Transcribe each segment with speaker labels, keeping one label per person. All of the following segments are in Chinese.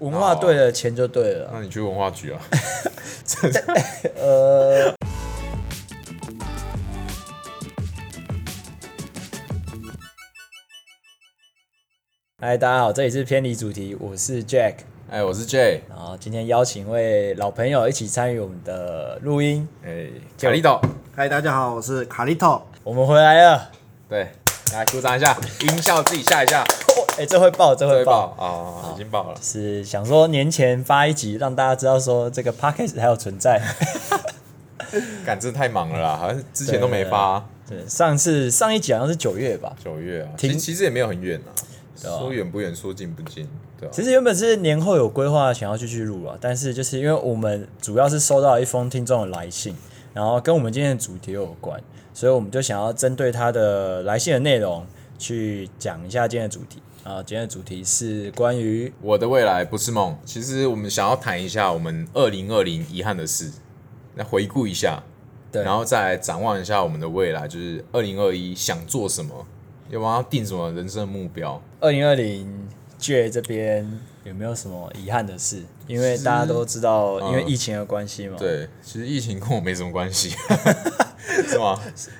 Speaker 1: 文化对了，钱就对了。
Speaker 2: 那你去文化局啊？
Speaker 1: 呃，嗨，大家好，这里是偏离主题，我是 Jack。
Speaker 2: 哎，我是 J，
Speaker 1: 然后今天邀请一位老朋友一起参与我们的录音，
Speaker 2: 哎，卡利岛，
Speaker 3: 嗨，大家好，我是卡利托。
Speaker 1: 我们回来了。
Speaker 2: 对，来鼓掌一下，音效自己下一下，
Speaker 1: 哎、这会爆，这 会
Speaker 2: 对
Speaker 1: 爆。
Speaker 2: 爆啊，已经爆了，
Speaker 1: 是想说年前发一集，让大家知道说这个 podcast 还有存在。
Speaker 2: 感真的太忙了啦，好像之前都没发，
Speaker 1: 对，啊上次上一集好像是九月吧。
Speaker 2: 九月啊，其
Speaker 1: 停
Speaker 2: 实其实也没有很远啊，
Speaker 1: 啊
Speaker 2: 说远不远，说近不近，对吧
Speaker 1: 其？实原本是年后有规划想要继续录啊，但是就是因为我们主要是收到一封听众的来信，然后跟我们今天的主题有关，所以我们就想要针对他的来信的内容去讲一下今天的主题啊。今天的主题是关于
Speaker 2: 我的未来不是梦。其实我们想要谈一下我们二零二零遗憾的事，来回顾一下，
Speaker 1: 对
Speaker 2: 然后再来展望一下我们的未来，就是二零二一想做什么，要不然要定什么人生的目标。
Speaker 1: 二零二零 J 这边有没有什么遗憾的事？因为大家都知道，因为疫情的关系嘛，，
Speaker 2: 嗯对，其实疫情跟我没什么关系， 是吗？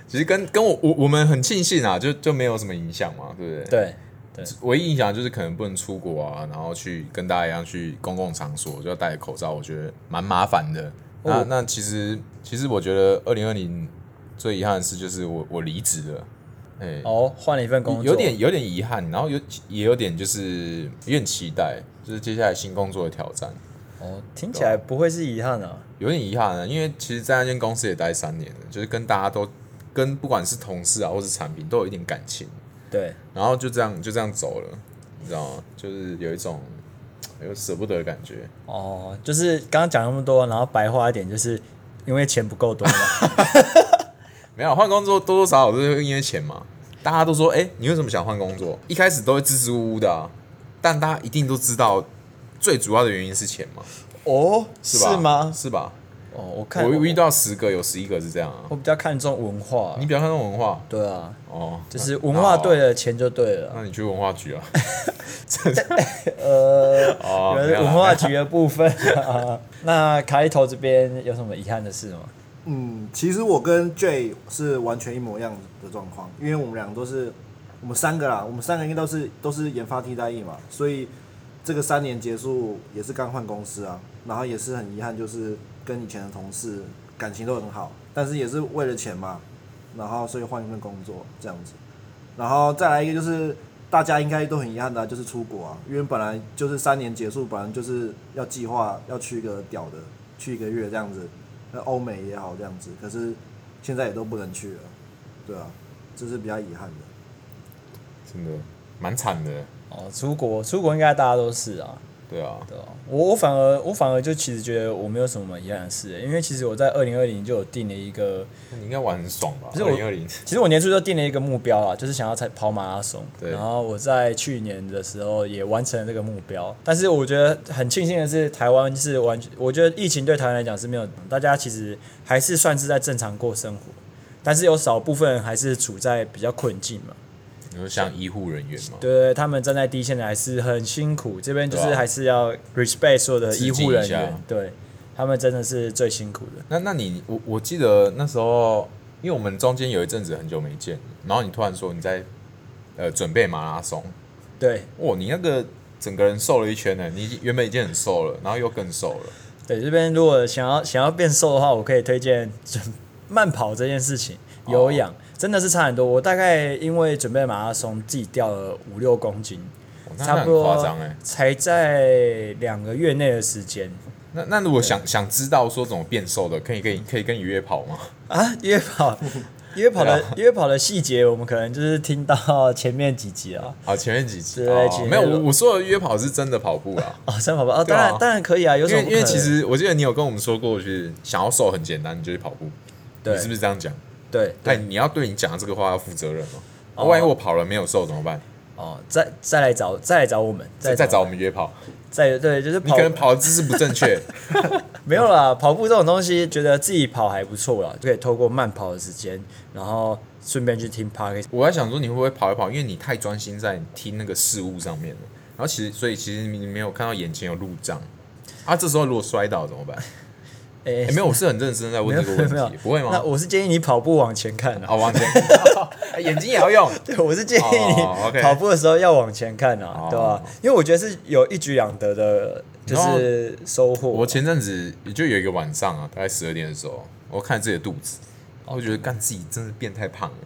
Speaker 2: 其实跟跟我我我们很庆幸啊，就就没有什么影响嘛，对不对？
Speaker 1: 对，
Speaker 2: 唯一影响就是可能不能出国啊，然后去跟大家一样去公共场所就要戴口罩，我觉得蛮麻烦的。那、
Speaker 1: 哦
Speaker 2: 那其实其实我觉得二零二零最遗憾的事就是我我离职了，哎、
Speaker 1: 哦，换了一份工作，
Speaker 2: 有点有点遗憾，然后有也有点就是有点期待，就是接下来新工作的挑战，
Speaker 1: 哦，听起来不会是遗憾啊，
Speaker 2: 有点遗憾啊，因为其实在那间公司也待三年了，就是跟大家都跟不管是同事啊或是产品都有一点感情，
Speaker 1: 对，
Speaker 2: 然后就这样就这样走了，你知道吗？就是有一种哎有舍不得的感觉。
Speaker 1: 哦，就是刚刚讲那么多，然后白话一点，就是因为钱不够多嘛。
Speaker 2: 没有换工作多多少少都是因为钱嘛，大家都说，哎、你为什么想换工作？一开始都会支支吾吾的、啊，但大家一定都知道，最主要的原因是钱嘛，
Speaker 1: 哦，
Speaker 2: 是吧？
Speaker 1: 吗？
Speaker 2: 是吧？
Speaker 1: 哦，我看
Speaker 2: 我
Speaker 1: 我
Speaker 2: 遇到十个有十一个是这样啊。
Speaker 1: 我比较看重文化
Speaker 2: 你，比较看重文化
Speaker 1: 对啊，
Speaker 2: 哦，
Speaker 1: 就是文化对
Speaker 2: 了，
Speaker 1: 了，钱就对了。
Speaker 2: 那你去文化 局啊？
Speaker 1: 呃，
Speaker 2: 哦，
Speaker 1: 原来
Speaker 2: 没有
Speaker 1: 是
Speaker 2: 啦
Speaker 1: 文化局的部 分啊。那卡里头这边有什么遗憾的事吗？
Speaker 3: 嗯，其实我跟 J 是完全一模一样的状况，因为我们俩都是，我们三个啦，我们三个应该都是都是研发替代役嘛，所以这个三年结束也是刚换公司啊，然后也是很遗憾，就是跟以前的同事感情都很好，但是也是为了钱嘛，然后所以换一份工作这样子，然后再来一个就是大家应该都很遗憾的啊、就是出国啊，因为本来就是三年结束，本来就是要计划要去一个屌的，去一个月这样子，那欧美也好这样子，可是现在也都不能去了，对啊，这是比较遗憾的。
Speaker 2: 真的蛮惨的，
Speaker 1: 哦，出国，出国应该大家都是啊。
Speaker 2: 对啊，
Speaker 1: 对啊，我我反而我反而就其实觉得我没有什么遗憾的事，因为其实我在二零二零就有定了一个，
Speaker 2: 你应该玩很爽吧？
Speaker 1: 不是
Speaker 2: 二
Speaker 1: 我
Speaker 2: 零二零，
Speaker 1: 其实我年初就定了一个目标啊，就是想要才跑马拉松。
Speaker 2: 对
Speaker 1: 然后我在去年的时候也完成了这个目标，但是我觉得很庆幸的是，台湾是完全，我觉得疫情对台湾来讲是没有，大家其实还是算是在正常过生活，但是有少部分人还是处在比较困境嘛。
Speaker 2: 你说像医护人员嘛？
Speaker 1: 对，他们站在第一线的还是很辛苦，这边就是
Speaker 2: 对啊
Speaker 1: 还是要 respect 所有的
Speaker 2: 致
Speaker 1: 医护
Speaker 2: 敬一
Speaker 1: 人
Speaker 2: 下
Speaker 1: 员，对他们真的是最辛苦的。
Speaker 2: 那那你我我记得那时候，因为我们中间有一阵子很久没见，然后你突然说你在呃准备马拉松，
Speaker 1: 对
Speaker 2: 哇，你那个整个人瘦了一圈呢，你已经原本已经很瘦了，然后又更瘦了，
Speaker 1: 对，这边如果想要想要变瘦的话，我可以推荐准慢跑这件事情，有氧、
Speaker 2: 哦
Speaker 1: 真的是差很多。我大概因为准备马拉松，自己掉了五六公斤，
Speaker 2: 哇那那
Speaker 1: 差
Speaker 2: 很
Speaker 1: 不多啊
Speaker 2: 夸张哎。
Speaker 1: 才在两个月内的时间
Speaker 2: 那那如果想想知道说怎么变瘦的，可以可以可以跟你约跑吗？
Speaker 1: 啊，约 跑。约跑的、
Speaker 2: 啊
Speaker 1: 约跑的细节，我们可能就是听到前面几集啊，
Speaker 2: 好，前面几集
Speaker 1: 对前
Speaker 2: 哦
Speaker 1: 面，
Speaker 2: 没有
Speaker 1: 有
Speaker 2: 我我说的约跑是真的跑步 啊。
Speaker 1: 哦，三跑吧，哦，
Speaker 2: 对
Speaker 1: 当
Speaker 2: 啊
Speaker 1: 然、当然可以啊，有
Speaker 2: 因
Speaker 1: 什么
Speaker 2: 为
Speaker 1: 不
Speaker 2: 因
Speaker 1: 可能
Speaker 2: 为其实我记得你有跟我们说过，就是想要瘦很简单，你就去跑步，
Speaker 1: 对
Speaker 2: 你是不是这样讲？
Speaker 1: 对
Speaker 2: 但你要对你讲的这个话要负责任哦。
Speaker 1: 哦
Speaker 2: 万一我跑了没有瘦怎么办？
Speaker 1: 哦，再再来找再来找我们，
Speaker 2: 再
Speaker 1: 再
Speaker 2: 再找我们约跑，
Speaker 1: 再对，就是
Speaker 2: 你
Speaker 1: 跑
Speaker 2: 可能跑的姿势不正确，
Speaker 1: 没有啦，跑步这种东西，觉得自己跑还不错啦，就可以透过慢跑的时间，然后顺便去听 p o d c a s
Speaker 2: 我在想说你会不会跑一跑，因为你太专心在听那个事物上面了，然后其实所以其实你没有看到眼前有路障啊，这时候如果摔倒 怎么办？
Speaker 1: 哎
Speaker 2: 哎，没有，我是很认真在问这个
Speaker 1: 没有
Speaker 2: 问题，不会
Speaker 1: 那
Speaker 2: 吗？
Speaker 1: 我是建议你跑步往前看啊。
Speaker 2: 啊，往前， 哎眼睛也要用。
Speaker 1: 对，我是建议
Speaker 2: 哦
Speaker 1: 你
Speaker 2: ，OK
Speaker 1: 跑步的时候要往前看啊，
Speaker 2: 哦
Speaker 1: 对吧、因为我觉得是有一举两得的，就是收获。啊
Speaker 2: 我前阵子也就有一个晚上啊，大概十二点的时候，我看自己的肚子，然后我觉得干自己真是变太胖了，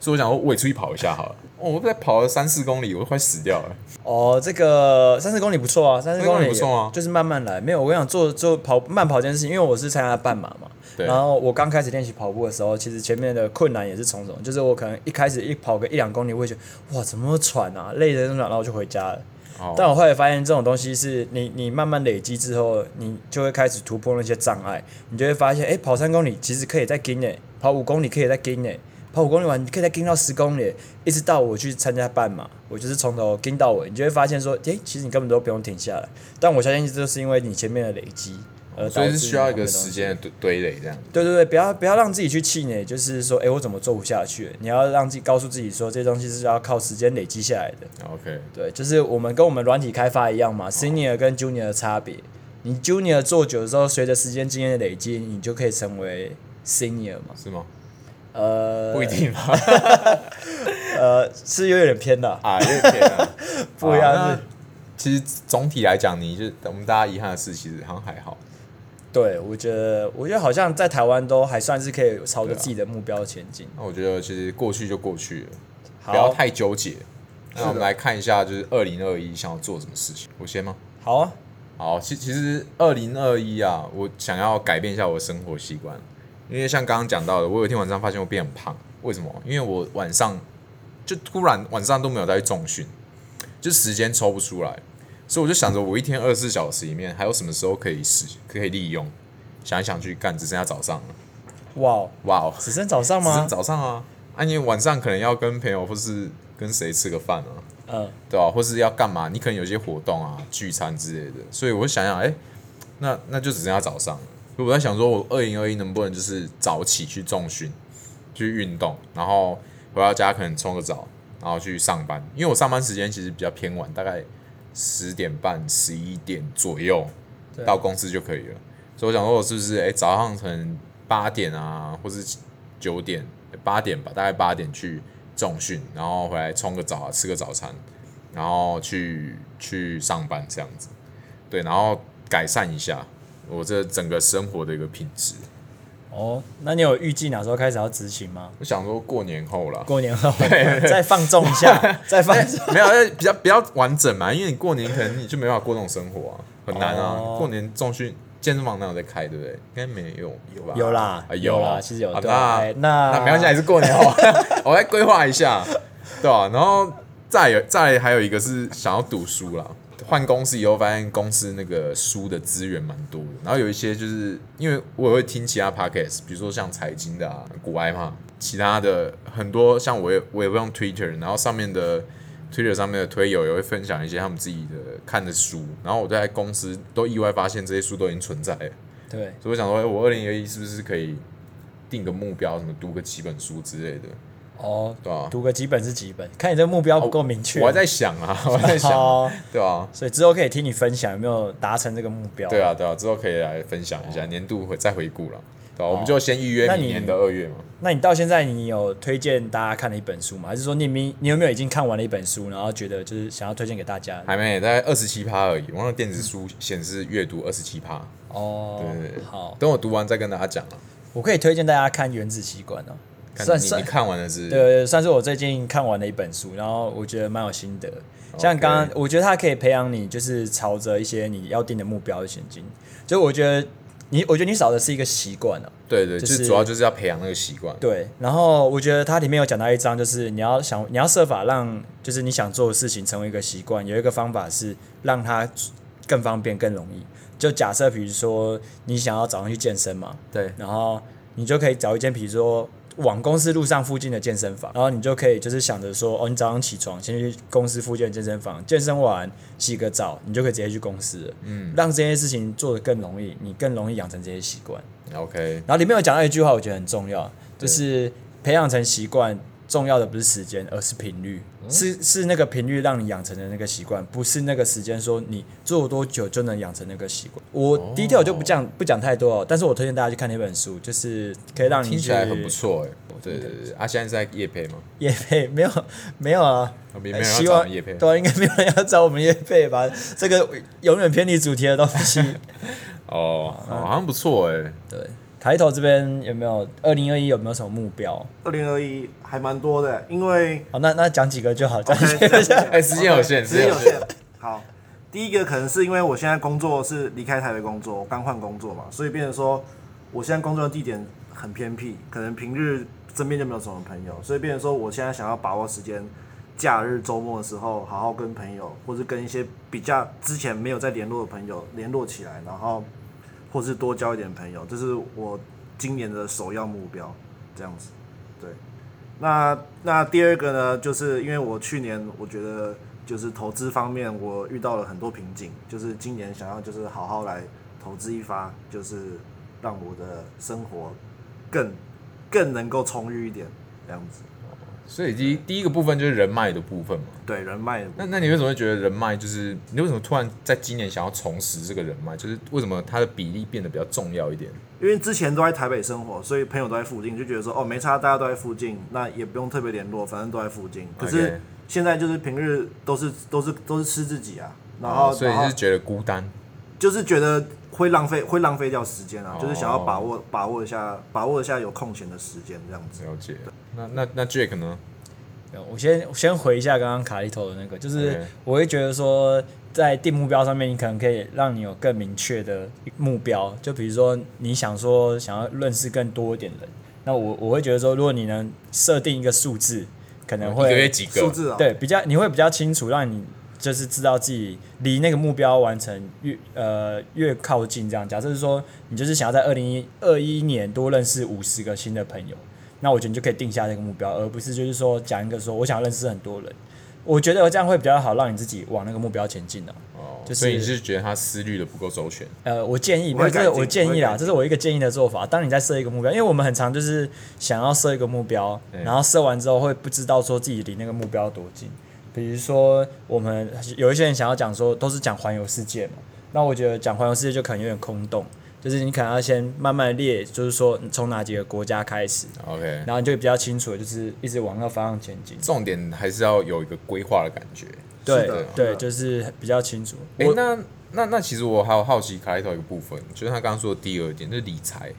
Speaker 2: 所以我想说我也出去跑一下好了。哦，我在跑了三四公里，我都快死掉了。
Speaker 1: 哦，这个三十公里不错啊，三十
Speaker 2: 公
Speaker 1: 里
Speaker 2: 里不错啊
Speaker 1: 就是慢慢来。没有，我跟你讲，做做跑慢跑这件事情，因为我是参加半马嘛。
Speaker 2: 对
Speaker 1: 然后我刚开始练习跑步的时候，其实前面的困难也是重重，就是我可能一开始一跑个一两公里，我会觉得哇怎么那么喘啊，累得那么喘，然后我就回家了。
Speaker 2: 哦，
Speaker 1: 但我后来发现，这种东西是你你慢慢累积之后，你就会开始突破那些障碍，你就会发现，哎、跑三公里其实可以再跟诶、跑五公里可以再跟诶、跑五公里完你可以再跟到十公里，一直到我去参加半马，我就是从头跟到尾，你就会发现说，哎、其实你根本都不用停下来。但我相信这就是因为你前面的累积，而
Speaker 2: 哦所
Speaker 1: 导
Speaker 2: 以
Speaker 1: 致
Speaker 2: 是需要一
Speaker 1: 你后面
Speaker 2: 个
Speaker 1: 的东西
Speaker 2: 时间的堆堆垒这样子。
Speaker 1: 对对对，不要不要让自己去气馁，就是说，哎、我怎么做不下去？你要让自己告诉自己说，这些东西是要靠时间累积下来的。
Speaker 2: OK，
Speaker 1: 对，就是我们跟我们软体开发一样嘛，senior 跟 junior 的差别。你 junior 做久之后，随着时间经验的累积，你就可以成为 senior 嘛。
Speaker 2: 是吗？
Speaker 1: 呃
Speaker 2: 不一定吧？
Speaker 1: 呃，是有点偏的，
Speaker 2: 啊，又天啊，
Speaker 1: 不一样
Speaker 2: 啊
Speaker 1: 是
Speaker 2: 那其实总体来讲，你就我们大家遗憾的事，其实好像还好。
Speaker 1: 对我觉得，我觉得好像在台湾都还算是可以朝着
Speaker 2: 对啊
Speaker 1: 自己的目标前进。
Speaker 2: 那我觉得其实过去就过去了，不要
Speaker 1: 好，
Speaker 2: 太纠结。那我
Speaker 3: 是
Speaker 2: 们
Speaker 3: 的
Speaker 2: 来看一下，就是二零二一想要做什么事情。我先吗？
Speaker 1: 好啊，
Speaker 2: 好，其其实二零二一啊，我想要改变一下我的生活习惯，因为像刚刚讲到的，我有一天晚上发现我变很胖，为什么？因为我晚上就突然晚上都没有再去重训，就时间抽不出来，所以我就想着我一天二十四小时里面还有什么时候可以使可以利用，想一想去干，只剩下早上了，
Speaker 1: 哇哦，
Speaker 2: 哇哦，
Speaker 1: 只剩早上
Speaker 2: 只剩
Speaker 1: 吗？
Speaker 2: 早上啊，啊，你晚上可能要跟朋友或是跟谁吃个饭啊，
Speaker 1: 嗯，
Speaker 2: 对吧、或是要干嘛？你可能有些活动啊、聚餐之类的，所以我想想，哎、那那就只剩下早上了。所以我在想说，我二零二一能不能就是早起去重训、去运动，然后回到家可能冲个澡，然后去上班。因为我上班时间其实比较偏晚，大概十点半、十一点左右
Speaker 1: 对
Speaker 2: 到公司就可以了。所以我想说，我是不是哎、早上可能八点啊，或是九点、八点吧，大概八点去重训，然后回来冲个澡啊，吃个早餐，然后去去上班这样子。对，然后改善一下我这整个生活的一个品质。
Speaker 1: 哦，那你有预计哪时候开始要执行吗？
Speaker 2: 我想说过年后啦，
Speaker 1: 过年后再放纵一下， 再放纵。
Speaker 2: 没有，因为比较比较完整嘛，因为你过年可能你就没办法过那种生活啊，很难啊。
Speaker 1: 哦
Speaker 2: 过年重训健身房哪有在开，对不对？应该没有，有吧？
Speaker 1: 有啦
Speaker 2: 啊、
Speaker 1: 有
Speaker 2: 有
Speaker 1: 啦其实有
Speaker 2: 啊、
Speaker 1: 对啊
Speaker 2: 那
Speaker 1: 哎那
Speaker 2: 那没关系，还是过年后， 我来规划一下，对吧、然后再有再还有一个是想要读书啦。换公司以后，发现公司那个书的资源蛮多的，然后有一些就是因为我也会听其他 podcast，比如说像财经的啊、古埃嘛，其他的很多像我也我也会用 Twitter，然后上面的 Twitter 上面的推友也会分享一些他们自己的看的书，然后我在公司都意外发现这些书都已经存在了，
Speaker 1: 对，
Speaker 2: 所以我想说，哎我二零二一是不是可以定个目标，什么读个几本书之类的，
Speaker 1: 哦，
Speaker 2: 对吧、
Speaker 1: 读个几本是几本，看你这个目标不够明确。
Speaker 2: 我还在想啊， 我还在想，
Speaker 1: 好
Speaker 2: 对吧、
Speaker 1: 所以之后可以听你分享有没有达成这个目标。
Speaker 2: 对，啊，对啊，之后可以来分享一下年度回再回顾了，对吧、我们就先预约
Speaker 1: 那你
Speaker 2: 明年的二月嘛。
Speaker 1: 那你到现在你有推荐大家看的一本书吗？还是说你明你有没有已经看完了一本书，然后觉得就是想要推荐给大家？
Speaker 2: 还没，大概二十七趴而已。我那个电子书显示阅读二十七趴，
Speaker 1: 哦
Speaker 2: 对对对，
Speaker 1: 好，
Speaker 2: 等我读完再跟大家讲啊。
Speaker 1: 我可以推荐大家看《原子习惯》哦，
Speaker 2: 看
Speaker 1: 算
Speaker 2: 你
Speaker 1: 算
Speaker 2: 你看完了是不是？
Speaker 1: 对，对，算是我最近看完的一本书，然后我觉得蛮有心得。像
Speaker 2: OK
Speaker 1: 刚刚，我觉得它可以培养你，就是朝着一些你要定的目标前进。就我觉得你，我觉得你少的是一个习惯啊。
Speaker 2: 对对，
Speaker 1: 就
Speaker 2: 就是是主要就是要培养那个习惯。
Speaker 1: 对，然后我觉得它里面有讲到一章，就是你要想，你要设法让，就是你想做的事情成为一个习惯。有一个方法是让它更方便、更容易。就假设，比如说你想要早上去健身嘛，
Speaker 2: 对
Speaker 1: 然后你就可以找一间，比如说往公司路上附近的健身房，然后你就可以就是想着说，哦，你早上起床先去公司附近的健身房健身完，洗个澡，你就可以直接去公司了。嗯，让这些事情做得更容易，你更容易养成这些习惯。
Speaker 2: ，OK，
Speaker 1: 然后里面有讲到一句话，我觉得很重要，就是培养成习惯，重要的不是时间，而是频率，
Speaker 2: 嗯
Speaker 1: 是是那个频率让你养成的那个习惯，不是那个时间说你做多久就能养成那个习惯。我
Speaker 2: 哦
Speaker 1: detail 我就不讲不讲太多哦，但是我推荐大家去看那本书，就是可以让你
Speaker 2: 听起
Speaker 1: 去
Speaker 2: 来很不错哎、对对对，啊，现在是在夜配吗？
Speaker 1: 叶配没有 没有啊，
Speaker 2: 啊没没有
Speaker 1: 呃
Speaker 2: 人要
Speaker 1: 希
Speaker 2: 找我
Speaker 1: 望
Speaker 2: 们业配
Speaker 1: 对啊，应该没有人要找我们叶配吧？这个永远偏离主题的东 西。
Speaker 2: 哦，
Speaker 1: 嗯
Speaker 2: 哦好像不错哎、
Speaker 1: 对，抬头这边有没有二零二一有没有什么目标？
Speaker 3: 二零二一还蛮多的，因为
Speaker 1: 好，那那讲几个就好，讲几
Speaker 3: OK，这
Speaker 1: 个就
Speaker 3: 样子
Speaker 1: 好。
Speaker 2: 哎时间有限
Speaker 3: OK，时间有
Speaker 2: 时间
Speaker 3: 限。好，第一个可能是因为我现在工作是离开台北工作，我刚换工作嘛，所以变成说我现在工作的地点很偏僻，可能平日身边就没有什么朋友，所以变成说我现在想要把握时间，假日周末的时候好好跟朋友或是跟一些比较之前没有在联络的朋友联络起来，然后或是多交一点朋友，这是我今年的首要目标，这样子，对。那那第二个呢，就是因为我去年我觉得就是投资方面我遇到了很多瓶颈，就是今年想要就是好好来投资一发，就是让我的生活更更能够充裕一点，这样子。
Speaker 2: 所以第一第一个部分就是人脉的部分嘛。
Speaker 3: 对人脉，
Speaker 2: 那那你为什么会觉得人脉就是你为什么突然在今年想要重拾这个人脉？就是为什么它的比例变得比较重要一点？
Speaker 3: 因为之前都在台北生活，所以朋友都在附近，就觉得说哦没差，大家都在附近，那也不用特别联络，反正都在附近。可是
Speaker 2: OK
Speaker 3: 现在就是平日都是都是都是吃自己啊，然后、
Speaker 2: 哦所以
Speaker 3: 然后
Speaker 2: 是觉得孤单。
Speaker 3: 就是觉得会浪费会浪费掉时间啊，
Speaker 2: 哦
Speaker 3: 就是想要把握把握一下把握一下有空闲的时间这样子。
Speaker 2: 了解。那那那 Jack 呢？
Speaker 1: 我先我先回一下刚刚卡里头的那个，就是
Speaker 2: OK
Speaker 1: 我会觉得说，在定目标上面，你可能可以让你有更明确的目标，就比如说你想说想要认识更多一点人，那我我会觉得说，如果你能设定一个数字，可能
Speaker 2: 哦一
Speaker 1: 会
Speaker 2: 个月几
Speaker 3: 数
Speaker 2: 个？
Speaker 3: 字啊，
Speaker 1: 对，比较你会比较清楚，让你就是知道自己离那个目标完成越呃越靠近这样。假设是说你就是想要在二零二一年多认识五十个新的朋友，那我觉得你就可以定下这个目标，而不是就是说讲一个说我想要认识很多人。我觉得这样会比较好，让你自己往那个目标前进的、
Speaker 2: 哦，
Speaker 1: 就是
Speaker 2: 所以你是觉得他思虑的不够周全。
Speaker 1: 呃，我建议，
Speaker 3: 我
Speaker 1: 没有
Speaker 3: 会
Speaker 1: 这个
Speaker 3: 改进
Speaker 1: 我建议
Speaker 3: 我会改
Speaker 1: 啦，
Speaker 3: 进
Speaker 1: 这是我一个建议的做法。当你在设一个目标，因为我们很常就是想要设一个目标，
Speaker 2: 对
Speaker 1: 然后设完之后会不知道说自己离那个目标多近。比如说，我们有一些人想要讲说，都是讲环游世界嘛，那我觉得讲环游世界就可能有点空洞，就是你可能要先慢慢列，就是说你从哪几个国家开始，
Speaker 2: OK，
Speaker 1: 然后你就比较清楚，就是一直往那个方向前进。
Speaker 2: 重点还是要有一个规划的感觉。
Speaker 1: 对
Speaker 3: 是的
Speaker 1: 对，就是比较清楚。
Speaker 2: 哎、
Speaker 1: 我
Speaker 2: 那那那其实我还有好奇卡里头一个部分，就是他刚刚说的第二点，就是理财，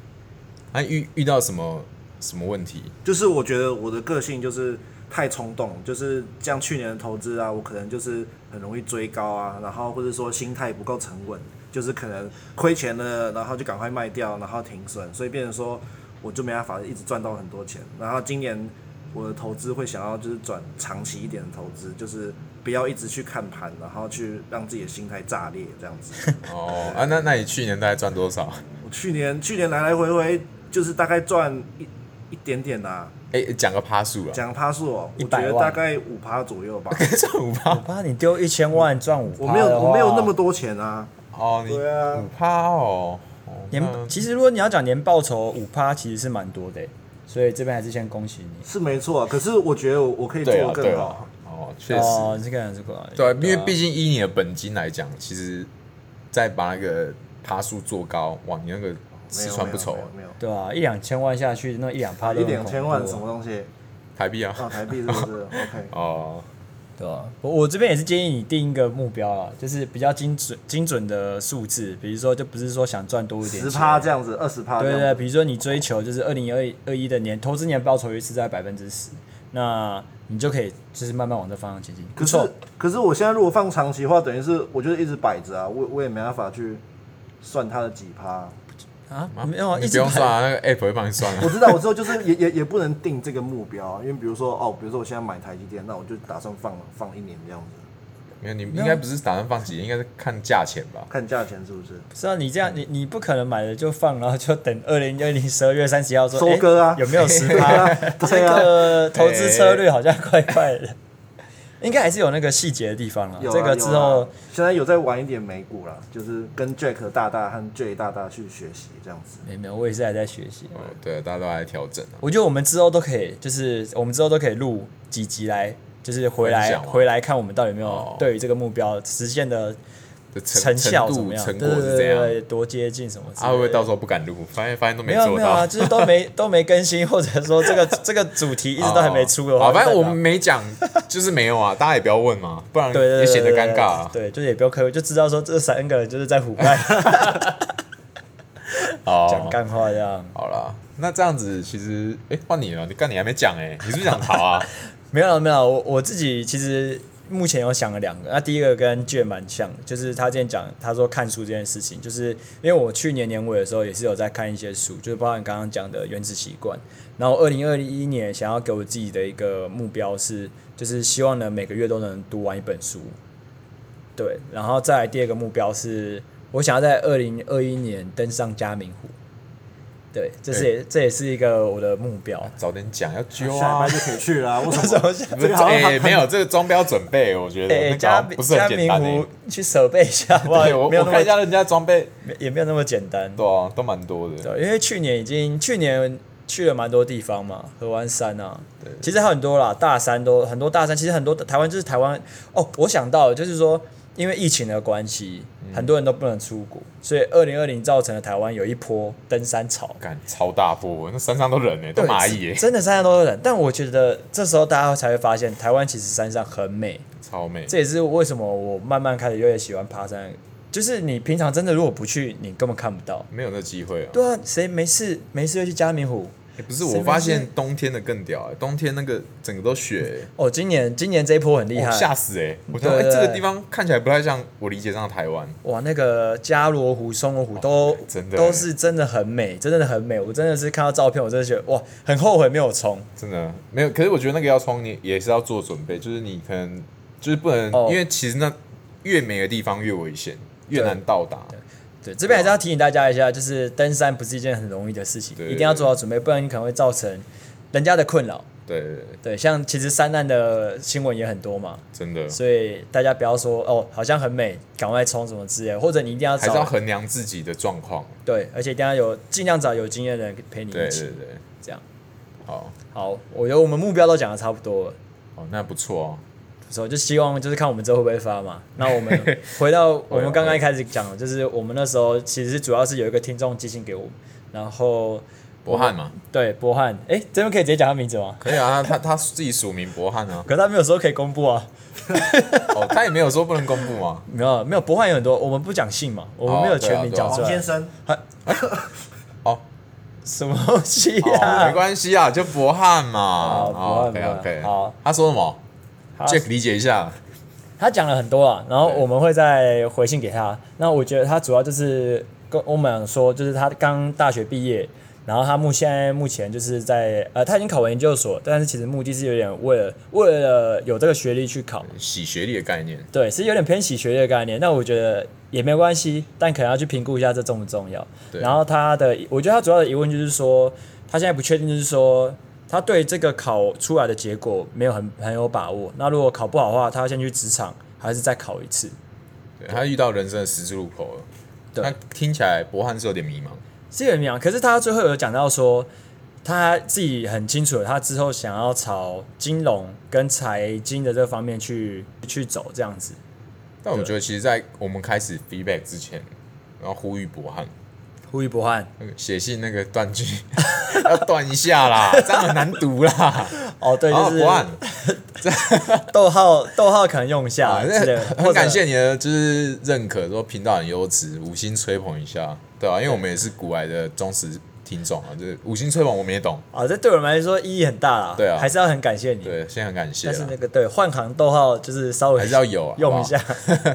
Speaker 2: 他遇遇到什么什么问题？
Speaker 3: 就是我觉得我的个性就是太冲动，就是像去年的投资啊，我可能就是很容易追高啊，然后或者说心态不够沉稳，就是可能亏钱了，然后就赶快卖掉，然后停损，所以变成说我就没办法一直赚到很多钱。然后今年我的投资会想要就是转长期一点的投资，就是不要一直去看盘，然后去让自己的心态炸裂这样子。
Speaker 2: 哦啊，那那你去年大概赚多少？
Speaker 3: 我去年去年来来回回就是大概赚一一点点啊啦、
Speaker 2: 哎、讲个趴数了，
Speaker 3: 讲趴数哦，我
Speaker 1: 100
Speaker 3: 觉得
Speaker 1: 万
Speaker 3: 大概五趴左右吧。
Speaker 2: 赚五趴。
Speaker 1: 怕你丢一千万赚五，
Speaker 3: 我没有我没有那么多钱啊，
Speaker 2: 哦，你
Speaker 3: 对啊
Speaker 2: 五趴哦。哦
Speaker 1: 年
Speaker 2: 那
Speaker 1: 其实如果你要讲年报酬五趴，其实是蛮多的欸，所以这边还是先恭喜你。
Speaker 3: 是没错啊。可是我觉得我我可以做
Speaker 2: 对
Speaker 3: 得
Speaker 2: 啊，对
Speaker 3: 更
Speaker 2: 啊
Speaker 3: 好。，
Speaker 2: 哦，确实，
Speaker 1: 哦，这个人是过来。
Speaker 2: 对啊，因为毕竟以你的本金来讲，其实再把那个趴数做高，哇，你那
Speaker 1: 哦
Speaker 2: 个
Speaker 3: 没
Speaker 2: 吃
Speaker 3: 有
Speaker 2: 穿不愁
Speaker 3: 没有，没有
Speaker 1: 对啊，一两千万下去，那一两趴
Speaker 3: 没有，一两千万什
Speaker 2: 啊
Speaker 3: 么
Speaker 1: 么？
Speaker 3: 东西
Speaker 2: 台币啊。
Speaker 3: 啊？台币是 不是？OK，
Speaker 2: 哦，
Speaker 1: 对啊，我我这边也是建议你定一个目标啊，就是比较精准精准的数字，比如说就不是说想赚多一点
Speaker 3: 十
Speaker 1: 钱
Speaker 3: 趴这样子，二十趴这
Speaker 1: 对对
Speaker 3: 样子
Speaker 1: 对，。比如说你追求就是二零二二一的年投资年报酬率是在百分之十，那你就可以就是慢慢往这方向前进。不
Speaker 3: 可是
Speaker 1: 错，
Speaker 3: 可是我现在如果放长期的话，等于是我就是一直摆着啊，我我也没办法去算它的几 趴。
Speaker 1: 啊，没有啊，
Speaker 2: 你
Speaker 1: 一
Speaker 2: 不
Speaker 1: 直
Speaker 2: 用
Speaker 1: 摆
Speaker 2: 算啊，那个 app 会帮你算啊
Speaker 3: 我。知道，我知道，就是 也也也不能定这个目标啊，因为比如说哦，比如说我现在买台积电，那我就打算放放一年这样子，
Speaker 2: 没有，你
Speaker 1: 有
Speaker 2: 应该不是打算放几，应该是看价钱吧？
Speaker 3: 看价钱是不是？
Speaker 1: 是啊，你这样你你不可能买了就放，然后就等二零二零十二月三十一号说哎
Speaker 3: 收割啊
Speaker 1: 诶有没有十趴？
Speaker 3: 对
Speaker 1: 这
Speaker 3: 啊
Speaker 2: 哎
Speaker 1: 个投资策略好像怪怪的。应该还是有那个细节的地方啦。
Speaker 3: 有啊
Speaker 1: 这个之后，
Speaker 3: 有啊现在有在玩一点美股啦，就是跟 Jack 大大和 J 大大去学习这样子。
Speaker 1: 没没有，我也是还在学习。
Speaker 2: 哦对，大家都还在调整啊。
Speaker 1: 我觉得我们之后都可以，就是我们之后都可以录几集来，就是回
Speaker 2: 分
Speaker 1: 来
Speaker 2: 享吗
Speaker 1: 回来看我们到底有没
Speaker 2: 哦
Speaker 1: 有对于这个目标实现的
Speaker 2: 这
Speaker 1: 成
Speaker 2: 成
Speaker 1: 效
Speaker 2: 程
Speaker 1: 怎
Speaker 2: 度
Speaker 1: 么样，
Speaker 2: 成
Speaker 1: 对
Speaker 2: 果
Speaker 1: 对对
Speaker 2: 是这
Speaker 1: 对，
Speaker 2: 样。
Speaker 1: 对多接近什么之类的？
Speaker 2: 啊，会不会到时候不敢录？发现发现都
Speaker 1: 没有
Speaker 2: 做
Speaker 1: 没有
Speaker 2: 到
Speaker 1: 啊，。就是都 没都没更新，或者说 这个这个主题一直都还没出的
Speaker 2: 好
Speaker 1: 话，
Speaker 2: 反
Speaker 1: 就
Speaker 2: 正
Speaker 1: 代
Speaker 2: 我
Speaker 1: 表
Speaker 2: 们没讲，就是没有啊，大家也不要问嘛，不然
Speaker 1: 对对
Speaker 2: 也
Speaker 1: 对
Speaker 2: 显得
Speaker 1: 对
Speaker 2: 尴尬啊。
Speaker 1: 对，就是也不要刻意，就知道说这三个人就是在腐败讲
Speaker 2: 哦，
Speaker 1: 干话这样。
Speaker 2: 好啦，那这样子其实，哎，换你了，你干你还没讲哎，你是不是想逃啊？
Speaker 1: 没有啦没有啦，我我自己其实目前有想了两个，那第一个跟卷蛮像的，就是他之前讲他说看书这件事情，就是因为我去年年尾的时候也是有在看一些书，就是包含刚刚讲的《原子习惯》，然后二零二一年想要给我自己的一个目标是，就是希望呢每个月都能读完一本书，对，然后再来第二个目标是我想要在二零二一年登上嘉明湖。对，这是也、这也是一个我的目标。
Speaker 2: 早点讲，要揪
Speaker 3: 下
Speaker 2: 啊
Speaker 3: 班！就可以去 啦，为
Speaker 1: 为
Speaker 3: 什
Speaker 1: 什
Speaker 3: 么？
Speaker 1: 么想
Speaker 3: 这个好像
Speaker 2: 哎，
Speaker 3: 很
Speaker 2: 没有这个装标准备，我觉得
Speaker 1: 哎、
Speaker 2: 那个
Speaker 1: 嘉
Speaker 2: 好像
Speaker 1: 明
Speaker 2: 不是很
Speaker 1: 嘉
Speaker 2: 简
Speaker 1: 明
Speaker 2: 单
Speaker 1: 湖
Speaker 2: 哎。
Speaker 1: 去设备一下，好不好
Speaker 2: 对，我
Speaker 1: 没有
Speaker 2: 我
Speaker 1: 那
Speaker 2: 看一
Speaker 1: 么
Speaker 2: 下人家装备，
Speaker 1: 也没有那么简单。
Speaker 2: 对啊，都蛮多的。
Speaker 1: 对，因为去年已经去年去了蛮多地方嘛，河湾山啊，其实还有很多啦，大山都很多大山，其实很多台湾就是台湾哦，我想到了就是说，因为疫情的关系，
Speaker 2: 嗯
Speaker 1: 很多人都不能出国，所以二零二零造成了台湾有一波登山潮。
Speaker 2: 干超大波，那山上都人哎、都
Speaker 1: 对，
Speaker 2: 蚂蚁哎、
Speaker 1: 真的山上都有人，但我觉得这时候大家才会发现，台湾其实山上很美，
Speaker 2: 超美。
Speaker 1: 这也是为什么我慢慢开始越来越喜欢爬山，就是你平常真的如果不去，你根本看不到。
Speaker 2: 没有那机会啊！
Speaker 1: 对啊，谁没事没事就去嘉明湖？
Speaker 2: 欸不是，
Speaker 1: 谁
Speaker 2: 我
Speaker 1: 没
Speaker 2: 发
Speaker 1: 事
Speaker 2: 现冬天的更屌、欸，冬天那个整个都雪、
Speaker 1: 哦，今年今年这一波很厉
Speaker 2: 欸，
Speaker 1: 害
Speaker 2: 哦，吓、死哎、欸！我想，
Speaker 1: 对
Speaker 2: 哎、
Speaker 1: 对
Speaker 2: 这个
Speaker 1: 对
Speaker 2: 地方看起来不太像我理解上的台湾，
Speaker 1: 哇，那个加罗湖、松罗湖都、
Speaker 2: 对哦真的
Speaker 1: 都是真的很美，真的很美。我真的是看到照片，我真的觉得哇，很后悔没有冲。
Speaker 2: 真的没有。可是我觉得那个要冲，你也是要做准备，就是你可能就是不能，
Speaker 1: 哦
Speaker 2: 因为其实那越美的地方越危险，越
Speaker 1: 对
Speaker 2: 难到达。
Speaker 1: 对，这边还是要提醒大家一下，就是登山不是一件很容易的事情，
Speaker 2: 对
Speaker 1: 一定要做好准备，不然你可能会造成人家的困扰。
Speaker 2: 对对对，
Speaker 1: 对，像其实山难的新闻也很多嘛，
Speaker 2: 真的
Speaker 1: 所以大家不要说哦，好像很美，赶快冲什么之类的，或者你一定要
Speaker 2: 还是要
Speaker 1: 找
Speaker 2: 衡量自己的状况。
Speaker 1: 对，而且一定要有尽量找有经验的人陪你
Speaker 2: 对
Speaker 1: 一
Speaker 2: 对
Speaker 1: 起，
Speaker 2: 对，
Speaker 1: 这样。
Speaker 2: 好，
Speaker 1: 好，我觉得我们目标都讲的差不多了，
Speaker 2: 哦，那不错哦、
Speaker 1: 所以就希望就是看我们之后会不会发嘛。那 我们回到
Speaker 2: 啊
Speaker 1: 我们刚刚一开始讲的，就是我们那时候其实主要是有一个听众寄信给我们，然后
Speaker 2: 博汉嘛，
Speaker 1: 对博汉，哎，这边可以直接讲他名字吗？
Speaker 2: 可以啊，他他他自己署名博汉 啊。
Speaker 1: 可是他没有说可以公布啊，
Speaker 2: 哦，他也没有说不能公布嘛。
Speaker 1: 没有没有，博汉有很多，我们不讲姓嘛，我们没有全名
Speaker 2: 对啊对啊
Speaker 1: 讲出
Speaker 3: 黄
Speaker 1: 来，
Speaker 3: 先生，
Speaker 2: 哦，
Speaker 1: 什么东西
Speaker 2: 哦
Speaker 1: 啊？
Speaker 2: 没关系啊，就博汉嘛。
Speaker 1: 好博
Speaker 2: 哦
Speaker 1: 翰
Speaker 2: OK
Speaker 1: 博翰
Speaker 2: OK。
Speaker 1: 好，
Speaker 2: 他说什么
Speaker 1: 他
Speaker 2: ？Jack 理解一下。
Speaker 1: 他讲了很多啊，然后
Speaker 2: 对
Speaker 1: 我们会再回信给他。那我觉得他主要就是跟我们说，就是他刚大学毕业，然后他目现在目前就是在呃，他已经考完研究所，但是其实目的是有点为了为了有这个学历去考，
Speaker 2: 洗学历的概念，
Speaker 1: 对，是有点偏洗学历的概念。那我觉得也没关系，但可能要去评估一下这重不重要。
Speaker 2: 对
Speaker 1: 然后他的，我觉得他主要的疑问就是说，他现在不确定，就是说他对这个考出来的结果没有很很有把握。那如果考不好的话，他要先去职场，还是再考一次？
Speaker 2: 对他遇到人生的十字路口了。
Speaker 1: 对
Speaker 2: 那听起来博汉是有点迷茫。
Speaker 1: 是有点样，可是他最后有讲到说，他自己很清楚，他之后想要朝金融跟财经的这方面去去走，这样子。
Speaker 2: 但我觉得，其实，在我们开始 feedback 之前，然后呼吁博汉
Speaker 1: 呼吁博汉
Speaker 2: 那个写信那个断句 要断一下啦，这样很难读啦。
Speaker 1: 哦，对，
Speaker 2: 然后
Speaker 1: 就是
Speaker 2: 博汉，
Speaker 1: 逗号逗号可能用一
Speaker 2: 啊
Speaker 1: 下，之类
Speaker 2: 那
Speaker 1: 的
Speaker 2: 很感谢你的就是认可，说频道很优质，五星吹捧一下，对啊，因为我们也是古来的忠实听众啊，就是五星吹捧我们也懂，
Speaker 1: 啊、哦这对我们来说意义很大啦。
Speaker 2: 对啊
Speaker 1: 还是要很感谢你。
Speaker 2: 对，先很感谢
Speaker 1: 但是
Speaker 2: 啦
Speaker 1: 那，个对换行逗号就是稍微
Speaker 2: 还是要有啊
Speaker 1: 用一下。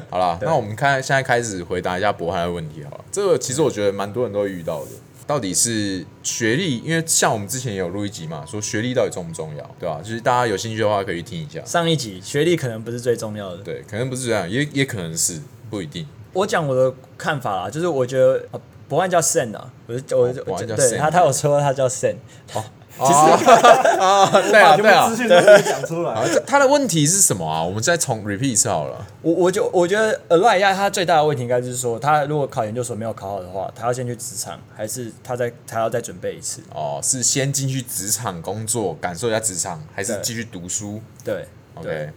Speaker 2: 好啦，那我们看现在开始回答一下博翰的问题好了，这个其实我觉得蛮多人都会遇到的。到底是学历？因为像我们之前也有录一集嘛，说学历到底重不重要，对吧、就是大家有兴趣的话可以去听一下。
Speaker 1: 上一集学历可能不是最重要的。
Speaker 2: 对，可能不是这样，也也可能是不一定。
Speaker 1: 我讲我的看法啦，就是我觉得呃博汉叫 Sen 啊，我就我就
Speaker 2: 哦博汉叫
Speaker 1: 对
Speaker 2: Sen
Speaker 1: 他他有说他叫 Sen，
Speaker 2: 哦，
Speaker 1: 其实
Speaker 2: 对啊，
Speaker 3: 全
Speaker 2: 对啊
Speaker 3: 部资。讯都可以讲出
Speaker 2: 好
Speaker 3: 来。
Speaker 2: 这他的问题是什么啊？我们再重 repeat 一次好了。
Speaker 1: 我我就我觉得 a l i 亚他最大的问题应该就是说，他如果考研究所没有考好的话，他要先去职场，还是他再他要再准备一次？
Speaker 2: 哦，是先进去职场工作，感受一下职场，还是继续读书
Speaker 1: 对对。
Speaker 2: ？OK，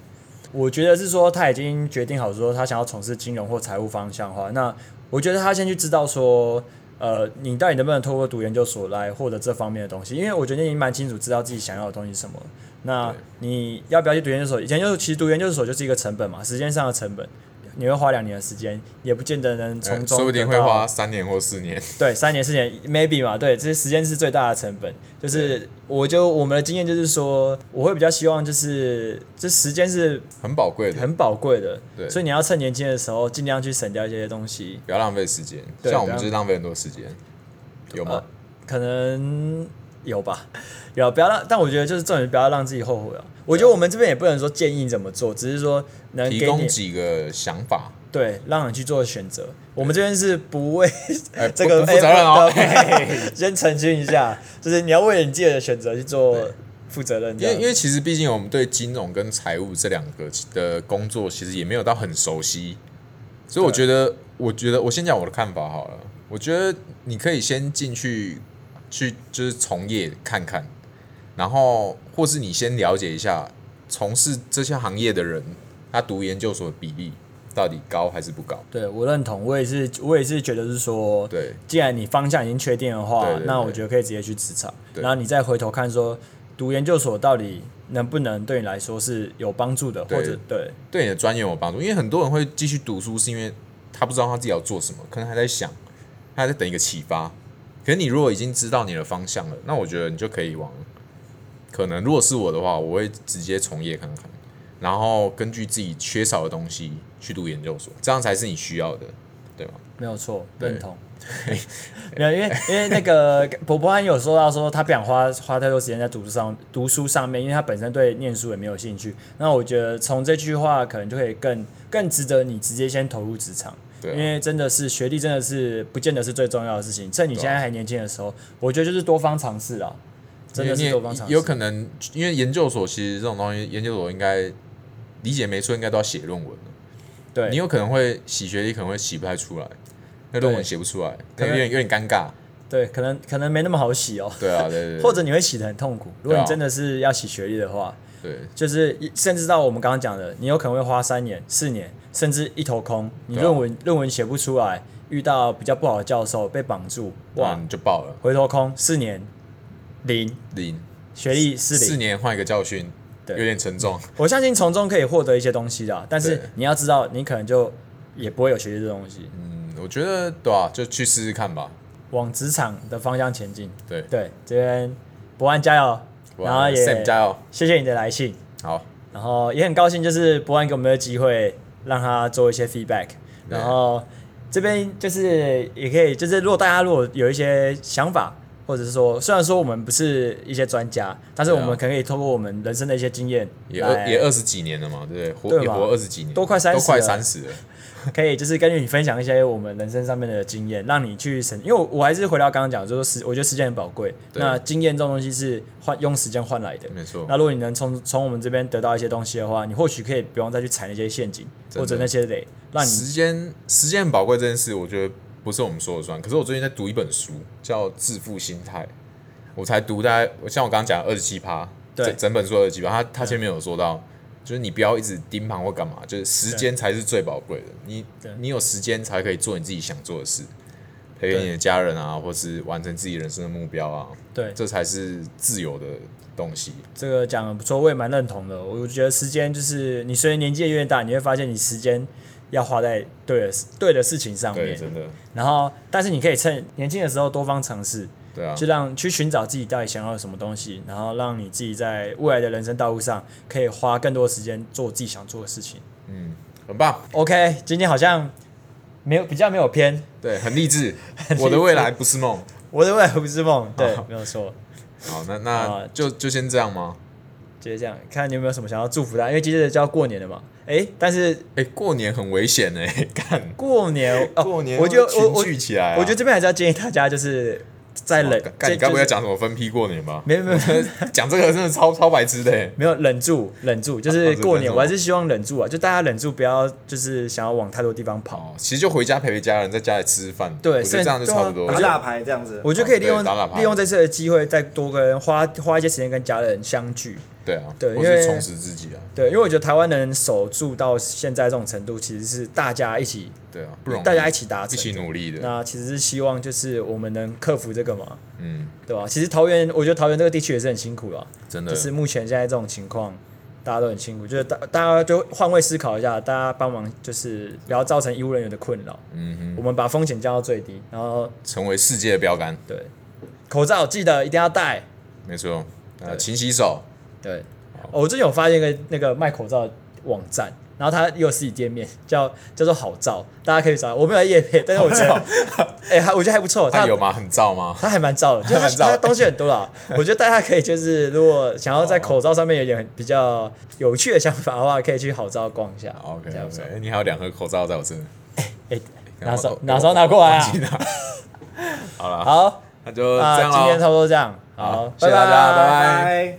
Speaker 1: 我觉得是说他已经决定好说他想要从事金融或财务方向的话，那我觉得他先去知道说，呃，你到底能不能透过读研究所来获得这方面的东西？因为我觉得你蛮清楚知道自己想要的东西是什么。那
Speaker 2: 对
Speaker 1: 你要不要去读研究所？以前就是其实读研究所就是一个成本嘛，时间上的成本，你会花两年的时间，也不见得能从
Speaker 2: 呃
Speaker 1: 中、
Speaker 2: 说不定会花三年或四年。
Speaker 1: 对，三年四年，maybe 嘛，对，这些时间是最大的成本。就是我就我们的经验就是说，我会比较希望就是这时间是
Speaker 2: 很宝贵的，
Speaker 1: 很宝贵的，
Speaker 2: 对
Speaker 1: 所以你要趁年轻的时候尽量去省掉一些东西。
Speaker 2: 不要浪费时间。
Speaker 1: 对
Speaker 2: 像我们就是浪费很多时间，有吗
Speaker 1: 呃？可能有吧，有不要让，但我觉得就是重点不要让自己后悔啊。我觉得我们这边也不能说建议你怎么做，只是说能
Speaker 2: 提
Speaker 1: 呃给
Speaker 2: 供
Speaker 1: 你
Speaker 2: 几个想法，
Speaker 1: 对，让你去做选择。我们这边是不为
Speaker 2: 哎，
Speaker 1: 这个
Speaker 2: 不不负责任哦。
Speaker 1: 哎不对先澄清一下，就是你要为你自己的选择去做负责任这
Speaker 2: 因
Speaker 1: 样。
Speaker 2: 为因为其实毕竟我们对金融跟财务这两个的工作其实也没有到很熟悉，所以我觉得，我觉得我先讲我的看法好了。我觉得你可以先进去去就是从业看看，然后或是你先了解一下从事这些行业的人，他读研究所的比例到底高还是不高？
Speaker 1: 对我认同，我也是，我也是觉得是说，
Speaker 2: 对
Speaker 1: 既然你方向已经确定的话，
Speaker 2: 对对对
Speaker 1: 那我觉得可以直接去职场，
Speaker 2: 对
Speaker 1: 然后你再回头看说，读研究所到底能不能对你来说是有帮助的，
Speaker 2: 对
Speaker 1: 或者对
Speaker 2: 对你的专业有帮助，因为很多人会继续读书，是因为他不知道他自己要做什么，可能还在想，他还在等一个启发。可是你如果已经知道你的方向了，那我觉得你就可以往，可能如果是我的话，我会直接从业看看，然后根据自己缺少的东西去读研究所，这样才是你需要的，对吗？
Speaker 1: 没有错，
Speaker 2: 对
Speaker 1: 认 同。没有，因为因为那个 伯伯安有说到说他不想花花太多时间在读书上读书上面，因为他本身对念书也没有兴趣。那我觉得从这句话可能就可以更更值得你直接先投入职场。
Speaker 2: 对啊
Speaker 1: 因为真的是学历真的是不见得是最重要的事情，趁你现在还年轻的时候，我觉得就是多方尝试啊，真的
Speaker 2: 因
Speaker 1: 是
Speaker 2: 为
Speaker 1: 多方
Speaker 2: 你
Speaker 1: 尝试。
Speaker 2: 有可能因为研究所其实这种东西，研究所应该理解没错，应该都要写论文了
Speaker 1: 对，
Speaker 2: 你有可能会洗学历，可能会洗不太出来，那论文写不出来，可
Speaker 1: 可能
Speaker 2: 能有点有点尴尬。
Speaker 1: 对，可能可能没那么好洗哦，
Speaker 2: 对啊，对对对，
Speaker 1: 或者你会洗得很痛苦。如果
Speaker 2: 对啊
Speaker 1: 你真的是要洗学历的话，
Speaker 2: 对
Speaker 1: 就是甚至到我们刚刚讲的，你有可能会花三年、四年，甚至一头空，你
Speaker 2: 对啊
Speaker 1: 论文、论文写不出来，遇到比较不好的教授被绑住，
Speaker 2: 哇
Speaker 1: 哇，
Speaker 2: 你就爆了
Speaker 1: 回头空四年零
Speaker 2: 零
Speaker 1: 学历是
Speaker 2: 四
Speaker 1: 零。
Speaker 2: 年换一个教训，
Speaker 1: 对
Speaker 2: 有点沉重。
Speaker 1: 我相信从中可以获得一些东西的，啊但是
Speaker 2: 对
Speaker 1: 你要知道，你可能就也不会有学历这东西，
Speaker 2: 嗯，我觉得对啊，就去试试看吧。
Speaker 1: 往职场的方向前进。
Speaker 2: 对，
Speaker 1: 对，这边博安加油，然后也
Speaker 2: Sam 加油，
Speaker 1: 谢谢你的来信。
Speaker 2: 好，
Speaker 1: 然后也很高兴，就是博安给我们的机会，让他做一些 feedback。
Speaker 2: 对
Speaker 1: 然后这边就是也可以，就是如果大家如果有一些想法，或者是说，虽然说我们不是一些专家，但是我
Speaker 2: 对啊
Speaker 1: 们可能可以透过我们人生的一些经验
Speaker 2: 也
Speaker 1: 来
Speaker 2: 二也二十几年了嘛，对不
Speaker 1: 对
Speaker 2: 对？活也
Speaker 1: 嘛
Speaker 2: 活二十几年，
Speaker 1: 都快30
Speaker 2: 都快
Speaker 1: 了
Speaker 2: 三十了。
Speaker 1: 可以就是根据你分享一些我们人生上面的经验，让你去省。因为我我还是回到刚刚讲，就是说时，我觉得时间很宝贵。
Speaker 2: 对
Speaker 1: 那经验这种东西是换用时间换来的。
Speaker 2: 没错
Speaker 1: 那如果你能从从我们这边得到一些东西的话，你或许可以不用再去踩那些陷阱
Speaker 2: 真的
Speaker 1: 或者那些雷，让你
Speaker 2: 时间时间很宝贵这件事，我觉得不是我们说了算。可是我最近在读一本书，叫《致富心态》，我才读大概，我像我刚刚讲二十七趴，
Speaker 1: 对
Speaker 2: 整整本书二十七趴，他他前面有说到，就是你不要一直盯盘或干嘛，就是时间才是最宝贵的。你
Speaker 1: 对
Speaker 2: 你有时间才可以做你自己想做的事，陪陪你的家人啊，或是完成自己人生的目标啊，
Speaker 1: 对
Speaker 2: 这才是自由的东西。
Speaker 1: 这个讲得不错，我也蛮认同的。我觉得时间就是你随着年纪越大，你会发现你时间要花在对的事对的事情上
Speaker 2: 对，
Speaker 1: 面。
Speaker 2: 真的，
Speaker 1: 然后，但是你可以趁年轻的时候多方尝试。
Speaker 2: 对啊
Speaker 1: 去，让去寻找自己到底想要什么东西，然后让你自己在未来的人生道路上可以花更多的时间做自己想做的事情。
Speaker 2: 嗯，很棒，
Speaker 1: OK，今天好像没有比较没有偏，
Speaker 2: 对，很 励志。我的未来不是梦。
Speaker 1: 我的未来不是梦，对，没有错，
Speaker 2: 好，那
Speaker 1: 啊
Speaker 2: 那就就先这样吗？
Speaker 1: 就是这样。看你有没有什么想要祝福他，因为接着就要过年了嘛。诶，但是
Speaker 2: 哎、过年很危险 哎、干
Speaker 1: 过年哦，
Speaker 2: 嗯过年
Speaker 1: 我就我
Speaker 2: 群
Speaker 1: 我
Speaker 2: 聚起来啊哦
Speaker 1: 我觉得这边还是要建议大家，就是再冷，这
Speaker 2: 干你该不会要
Speaker 1: 就是
Speaker 2: 讲什么分批过年吧？
Speaker 1: 没有没有
Speaker 2: 讲这个真的超超白痴的欸。
Speaker 1: 没有忍住，忍住，就是
Speaker 2: 啊
Speaker 1: 过
Speaker 2: 忍
Speaker 1: 年，
Speaker 2: 住
Speaker 1: 我还是希望忍住啊，就大家忍住，不要就是想要往太多地方跑。
Speaker 2: 哦，其实就回家陪陪家人，在家里吃饭，
Speaker 1: 对啊
Speaker 2: 我觉得这样就差不多
Speaker 1: 甚
Speaker 2: 了。
Speaker 3: 打大牌这样子，
Speaker 1: 我觉得可以利用
Speaker 2: 对打打牌
Speaker 1: 利用这次的机会，再多跟花花一些时间跟家人相聚。
Speaker 2: 对啊，
Speaker 1: 对
Speaker 2: 或
Speaker 1: 因为
Speaker 2: 是充实自己啊，
Speaker 1: 对，因为我觉得台湾能守住到现在这种程度，其实是大家一起，
Speaker 2: 对啊，不容易，
Speaker 1: 大家一起达成
Speaker 2: 一起努力的，
Speaker 1: 那其实是希望就是我们能克服这个嘛，
Speaker 2: 嗯，
Speaker 1: 对吧？其实桃园，我觉得桃园这个地区也是很辛苦啊了，
Speaker 2: 真的
Speaker 1: 就是目前现在这种情况，大家都很辛苦，就是大大家就换位思考一下，大家帮忙就是不要造成医务人员的困扰，
Speaker 2: 嗯
Speaker 1: 我们把风险降到最低，然后
Speaker 2: 哼，成为世界的标杆，
Speaker 1: 对，口罩记得一定要戴。
Speaker 2: 没错。呃，勤洗手，
Speaker 1: 对，哦我最近有发现一个那个卖口罩的网站，然后它也有实体店面，叫叫做好照，大家可以找。我没有在夜配，但是我觉得， 哎、还我觉得还不错，
Speaker 2: 他
Speaker 1: 它
Speaker 2: 有吗？很燥吗？
Speaker 1: 它还蛮照 的，就是它
Speaker 2: 还蛮照的
Speaker 1: 它东西很多 啦。我觉得大家可以就是，如果想要在口罩上面有点比较有趣的想法的话，可以去好照逛一下。
Speaker 2: OK
Speaker 1: 这样子
Speaker 2: OK，你还有两盒口罩在我这，
Speaker 1: 哎、
Speaker 2: 然
Speaker 1: 拿
Speaker 2: 后
Speaker 1: 手
Speaker 2: 我
Speaker 1: 拿手拿过来啊
Speaker 2: 忘！记拿好了，
Speaker 1: 好
Speaker 2: 那就这
Speaker 1: 啊，
Speaker 2: 样
Speaker 1: 今天
Speaker 2: 喽。
Speaker 1: 差不多这样，好，
Speaker 2: 好谢谢大家拜拜
Speaker 3: 拜。